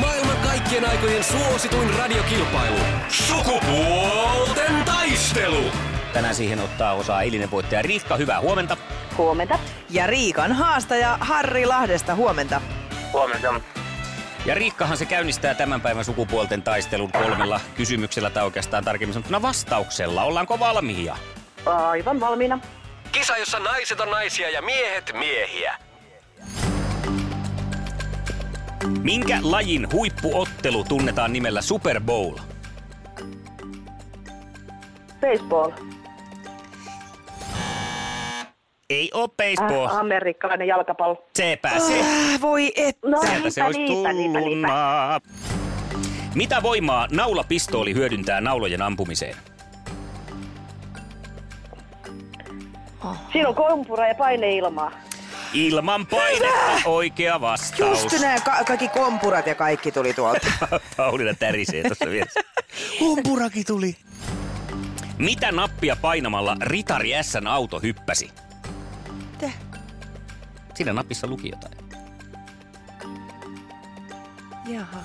Maailman kaikkien aikojen suosituin radiokilpailu. Sukupuolten taistelu. Tänään siihen ottaa osaa eilinen voittaja Riikka. Hyvää huomenta. Huomenta. Ja Riikan haastaja Harri Lahdesta huomenta. Huomenta. Ja Riikkahan se käynnistää tämän päivän sukupuolten taistelun kolmella kysymyksellä tai oikeastaan tarkemmin sanottuna vastauksella. Ollaanko valmiita? Aivan valmiina. Kisa, jossa naiset on naisia ja miehet miehiä. Minkä lajin huippuottelu tunnetaan nimellä Super Bowl? Baseball. Ei oo baseball. Äh, amerikkalainen jalkapallo. Se pääsee. Äh, voi et. No Sieltä se olisi tullutmaa. Mitä voimaa naulapistooli hyödyntää naulojen ampumiseen? Siinä on kompura ja paineilmaa. Ilman painetta oikea vastaus. Just nää ka- kaikki kompurat ja kaikki tuli tuolta. Pauliina tärisee tuossa vieressä. Kompurakin tuli. Mitä nappia painamalla Ritari Sn auto hyppäsi? Mitä? Siinä napissa luki jotain. Jaha.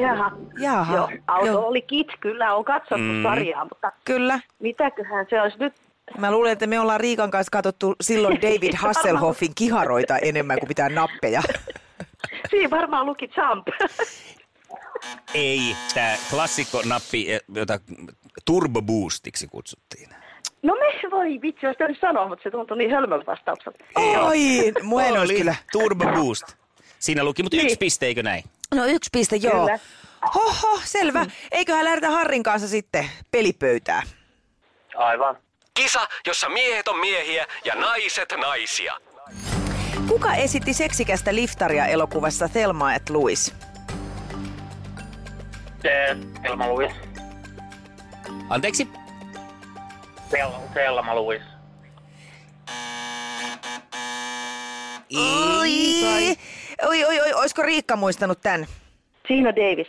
Jaha. Jaha. Joo, auto Joo. oli kit, kyllä on katsottu Mm. mm. sarjaa, mutta Kyllä. mitäköhän se olisi nyt? Mä luulen, että me ollaan Riikan kanssa katsottu silloin David Hasselhoffin kiharoita enemmän kuin mitään nappeja. Siinä varmaan luki Trump. Ei, tämä klassikko nappi, eh, jota Turbo Boostiksi kutsuttiin. No me voi vitsi, olisi täytynyt sanoa, mutta se tuntui niin hölmöltä vastaukselta. Oi, mua en olisi Oli kyllä. Turbo Boost. Siinä luki, mutta yksi Niin. piste, eikö näin? No yksi piste, joo. Kyllä. Hoho, selvä. Eiköhän lähdetä Harrin kanssa sitten pelipöytää. Aivan. Kisa, jossa miehet on miehiä ja naiset naisia. Kuka esitti seksikästä liftaria elokuvassa Thelma et Louis? Se, Selma Luis. Anteeksi? Sel, Selma Luis. Oi, oi, oi, oi, olisiko Riikka muistanut tämän? Siinä Davis.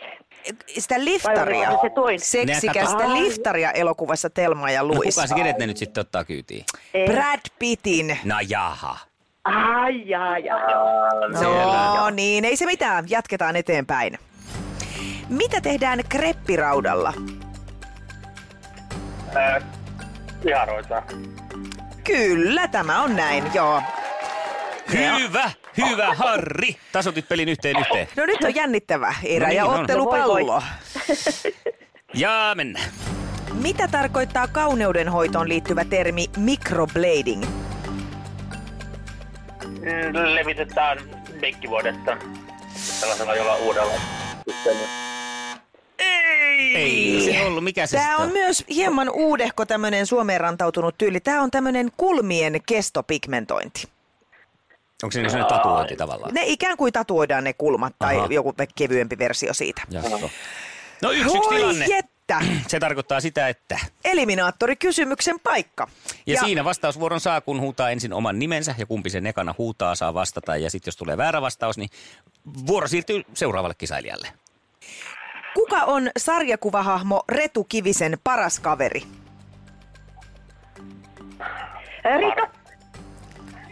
Sitä Vai liftaria, oliko se toinen? seksikästä Nää kato- liftaria elokuvassa Telma ja No Luis. kuka se, kenet ne nyt sitten ottaa kyytiin? Ei. Brad Pittin. No jaha. Ai, jaa, jaa, joo. No niin, ei se mitään, jatketaan eteenpäin. Mitä tehdään kreppiraudalla? Äh, Iharoita. Kyllä, tämä on näin, joo. Hyvä, hyvä Harri. Tasotit pelin yhteen yhteen. No nyt on jännittävä erä No niin ja on. Voi, ottelupallo. voi. Ja mennään. Mitä tarkoittaa kauneudenhoitoon liittyvä termi microblading? Mm, Levitetään mikkivuodesta. Sellaisella jolla uudella. niin, Ei, se ollut. Mikä se Tämä sitten Niin. on myös hieman uudehko tämmöinen Suomeen rantautunut tyyli. Tämä on tämmöinen kulmien kestopigmentointi. Onko se niin kuin tatuointi tavallaan? Ne ikään kuin tatuoidaan ne kulmat tai Aha. joku kevyempi versio siitä. Jasko. No yksi yksi tilanne. Voi jettä! Se tarkoittaa sitä, että... Eliminaattorikysymyksen paikka. Ja, ja siinä vastausvuoron saa, kun huutaa ensin oman nimensä ja kumpi sen ekana huutaa, saa vastata. Ja sitten jos tulee väärä vastaus, niin vuoro siirtyy seuraavalle kisailijalle. Kuka on sarjakuvahahmo Retu Kivisen paras kaveri? Ää, Riikka?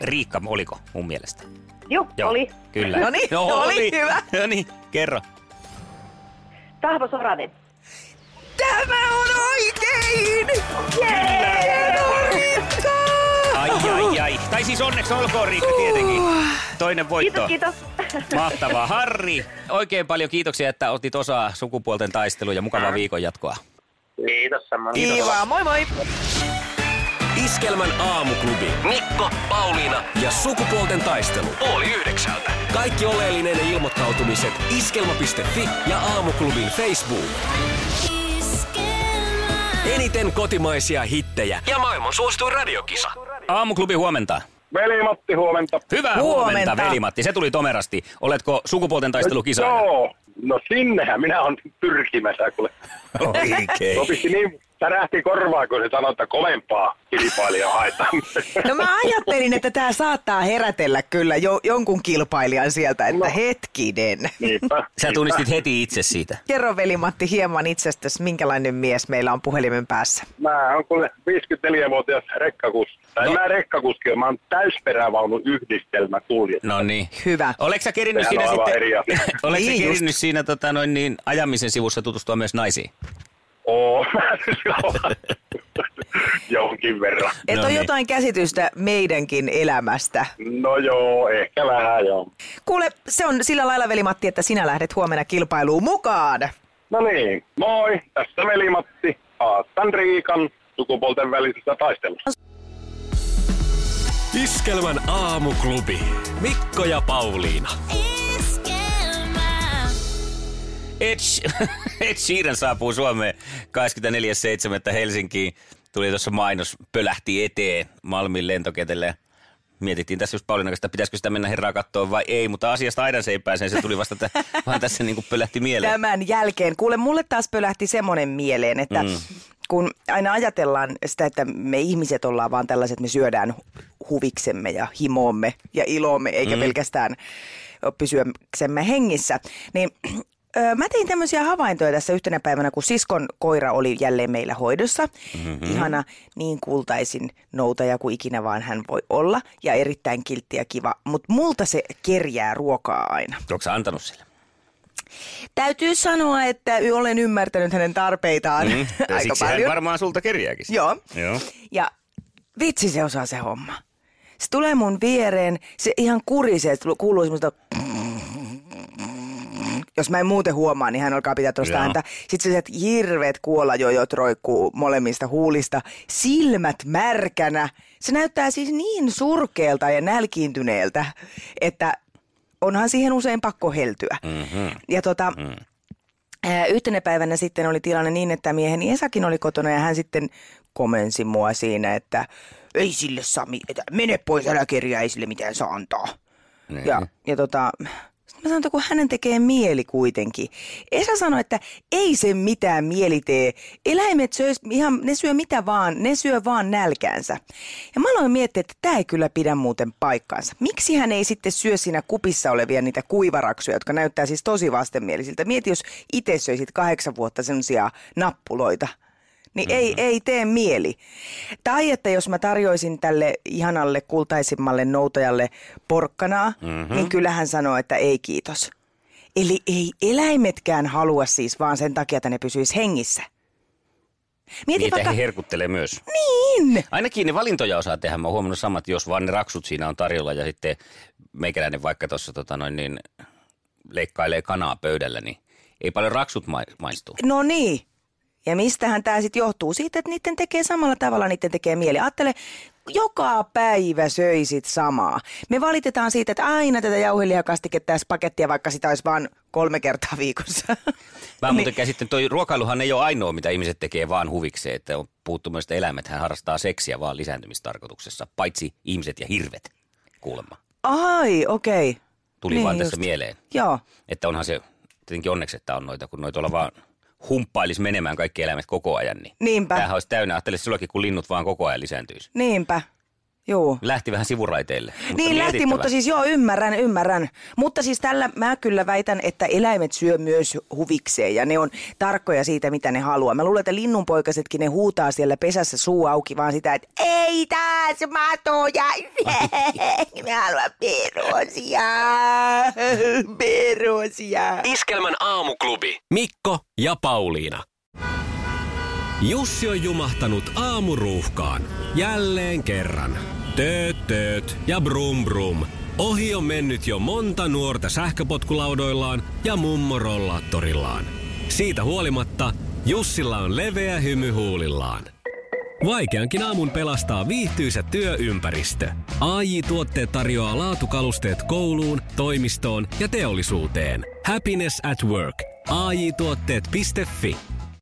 Riikka, oliko mun mielestä? Joo, oli. Kyllä. No niin, oli, hyvä. No niin, kerro. Tahvo Soranen. Tämä on oikein! Hieno, Riikka! Ai, ai, ai. Tai siis onneksi olkoon Riikka tietenkin. Toinen voitto. Kiitos, kiitos. Mahtavaa. Harri, oikein paljon kiitoksia, että otit osaa sukupuolten taisteluun ja mukavaa viikon jatkoa. Kiitos samoin. Kiva, moi moi! Iskelmän aamuklubi. Mikko, Pauliina ja sukupuolten taistelu. Oli yhdeksältä. Kaikki oleellinen ilmoittautumiset iskelma.fi ja aamuklubin Facebook. Eniten kotimaisia hittejä ja maailman suosituin radiokisa. Aamuklubi huomenta. Veli Matti, huomenta. Hyvää Huomenta. huomenta, huomenta Veli-Matti. Se tuli tomerasti. Oletko sukupuolten taistelukisa? Joo, No sinnehän minä olen pyrkimässä, kuule. Oikein. Sopisti niin, tärähti korvaa, kun se sanoi, että kovempaa kilpailijaa haetaan. No mä ajattelin, että tämä saattaa herätellä kyllä jo, jonkun kilpailijan sieltä, että no. hetkinen. Niinpä. Sä tunnistit heti itse siitä. Kerro veli-Matti hieman itsestäsi, minkälainen mies meillä on puhelimen päässä. Mä oon kuule 54-vuotias rekkakuski. Tai No. no. mä rekkakuski, mä oon täysperävaunu yhdistelmä kuljettaja. No niin. Hyvä. Oletko sä kerinnyt Sehän siinä on aivan niin, sitten, eri asia. oletko sä Niin just. kerinnyt siinä tota, noin niin, ajamisen sivussa tutustua myös naisiin? Oo, mä siis jonkin verran. Että No no on niin. niin. jotain käsitystä meidänkin elämästä. No joo, ehkä vähän joo. Kuule, se on sillä lailla, veli-Matti, että sinä lähdet huomenna kilpailuun mukaan. No niin, moi, tässä Veli-Matti. Haastan Riikan sukupuolten välisessä taistelussa. Iskelmän aamuklubi. Mikko ja Pauliina. Esquema. Ed, Sh- Ed Sheeran saapuu Suomeen 24.7. Helsinkiin. Tuli tuossa mainos, pölähti eteen Malmin lentokentälle. Mietittiin tässä just Pauliina, kanssa, että pitäisikö sitä mennä herraa kattoon vai ei, mutta asiasta aina se ei pääse. Se tuli vasta, että vaan tässä niin kuin pölähti mieleen. Tämän jälkeen. Kuule, mulle taas pölähti semmoinen mieleen, että mm. kun aina ajatellaan sitä, että me ihmiset ollaan vaan tällaiset, että me syödään huviksemme ja himoomme ja iloomme, eikä mm. pelkästään pysyäksemme hengissä, niin ö, Mä tein tämmöisiä havaintoja tässä yhtenä päivänä, kun siskon koira oli jälleen meillä hoidossa. Mm-hmm. Ihana, niin kultaisin noutaja kuin ikinä vaan hän voi olla ja erittäin kiltti ja kiva, mutta multa se kerjää ruokaa aina. Onko sä antanut sille? Täytyy sanoa, että y- olen ymmärtänyt hänen tarpeitaan mm, Ja aika siksi paljon. hän varmaan sulta kerjääkin. sitä. Joo. Joo. Ja vitsi se osaa se homma. Se tulee mun viereen, se ihan kurisee, se kuuluu semmoista... Jos mä en muuten huomaa, niin hän alkaa pitää tuosta Joo. ääntä. Sitten sellaiset hirveät kuolajojot roikkuu molemmista huulista. Silmät märkänä. Se näyttää siis niin surkeelta ja nälkiintyneeltä, että onhan siihen usein pakko Mm. heltyä. Mhm. Mm-hmm. Ja tota, mm. Ää, Yhtenä päivänä sitten oli tilanne niin, että mieheni Esakin oli kotona ja hän sitten komensi mua siinä, että ei sille Sami, että mene pois, älä kirjaa, ei sille mitään saa antaa. Niin. Ja, ja tota, sitten mä sanoin, että kun hänen tekee mieli kuitenkin. Esa sanoi, että ei se mitään mieli tee. Eläimet söis, ihan, ne syö mitä vaan, ne syö vaan nälkäänsä. Ja mä aloin miettiä, että tämä ei kyllä pidä muuten paikkaansa. Miksi hän ei sitten syö siinä kupissa olevia niitä kuivaraksuja, jotka näyttää siis tosi vastenmielisiltä. Mieti, jos itse söisit kahdeksan vuotta semmoisia nappuloita. Niin mm-hmm. ei, ei tee mieli. Tai että jos mä tarjoisin tälle ihanalle kultaisimmalle noutajalle porkkanaa, mm-hmm. niin kyllä hän sanoo, että ei kiitos. Eli ei eläimetkään halua siis vaan sen takia, että ne pysyis hengissä. Mieti Niitä vaikka... he herkuttelee myös. Niin! Ainakin ne valintoja osaa tehdä. Mä oon huomannut samat, jos vaan ne raksut siinä on tarjolla ja sitten meikäläinen vaikka tuossa tota noin niin, leikkailee kanaa pöydällä, niin ei paljon raksut ma- maistuu. No niin. Ja mistähän tämä sitten johtuu? Siitä, että niiden tekee samalla tavalla, niiden tekee mieli. Ajattele, joka päivä söisit samaa. Me valitetaan siitä, että aina tätä jauhelihakastiketta ja pakettia, vaikka sitä olisi vain kolme kertaa viikossa. Mä Niin. muutenkin sitten toi ruokailuhan ei ole ainoa, mitä ihmiset tekee vaan huvikseen, että on puhuttu myös, että eläimethän harrastaa seksiä vaan lisääntymistarkoituksessa, paitsi ihmiset ja hirvet, kuulemma. Ai, okei. Okay. Tuli Niin vaan tässä just. mieleen, Joo. että onhan se, tietenkin onneksi, että on noita, kun noita olla vaan humppailis menemään kaikki eläimet koko ajan, niin Niinpä. tämähän olisi täynnä, ajattele silloinkin, kun linnut vaan koko ajan lisääntyisi. Niinpä. Joo. Lähti vähän sivuraiteille. Mutta niin lähti, mietittävä. mutta siis joo, ymmärrän, ymmärrän. Mutta siis tällä mä kyllä väitän, että eläimet syö myös huvikseen ja ne on tarkkoja siitä, mitä ne haluaa. Mä luulen, että linnunpoikasetkin ne huutaa siellä pesässä suu auki vaan sitä, että ei taas matoja, mä haluan perusia, perusia. Iskelmän aamuklubi. Mikko ja Pauliina. Jussi on jumahtanut aamuruuhkaan. Jälleen kerran. Tööt, tööt ja brum brum. Ohi on mennyt jo monta nuorta sähköpotkulaudoillaan ja mummorollaattorillaan. Siitä huolimatta Jussilla on leveä hymy huulillaan. Vaikeankin aamun pelastaa viihtyisä työympäristö. AI Tuotteet tarjoaa laatukalusteet kouluun, toimistoon ja teollisuuteen. Happiness at work. AJ-tuotteet.fi.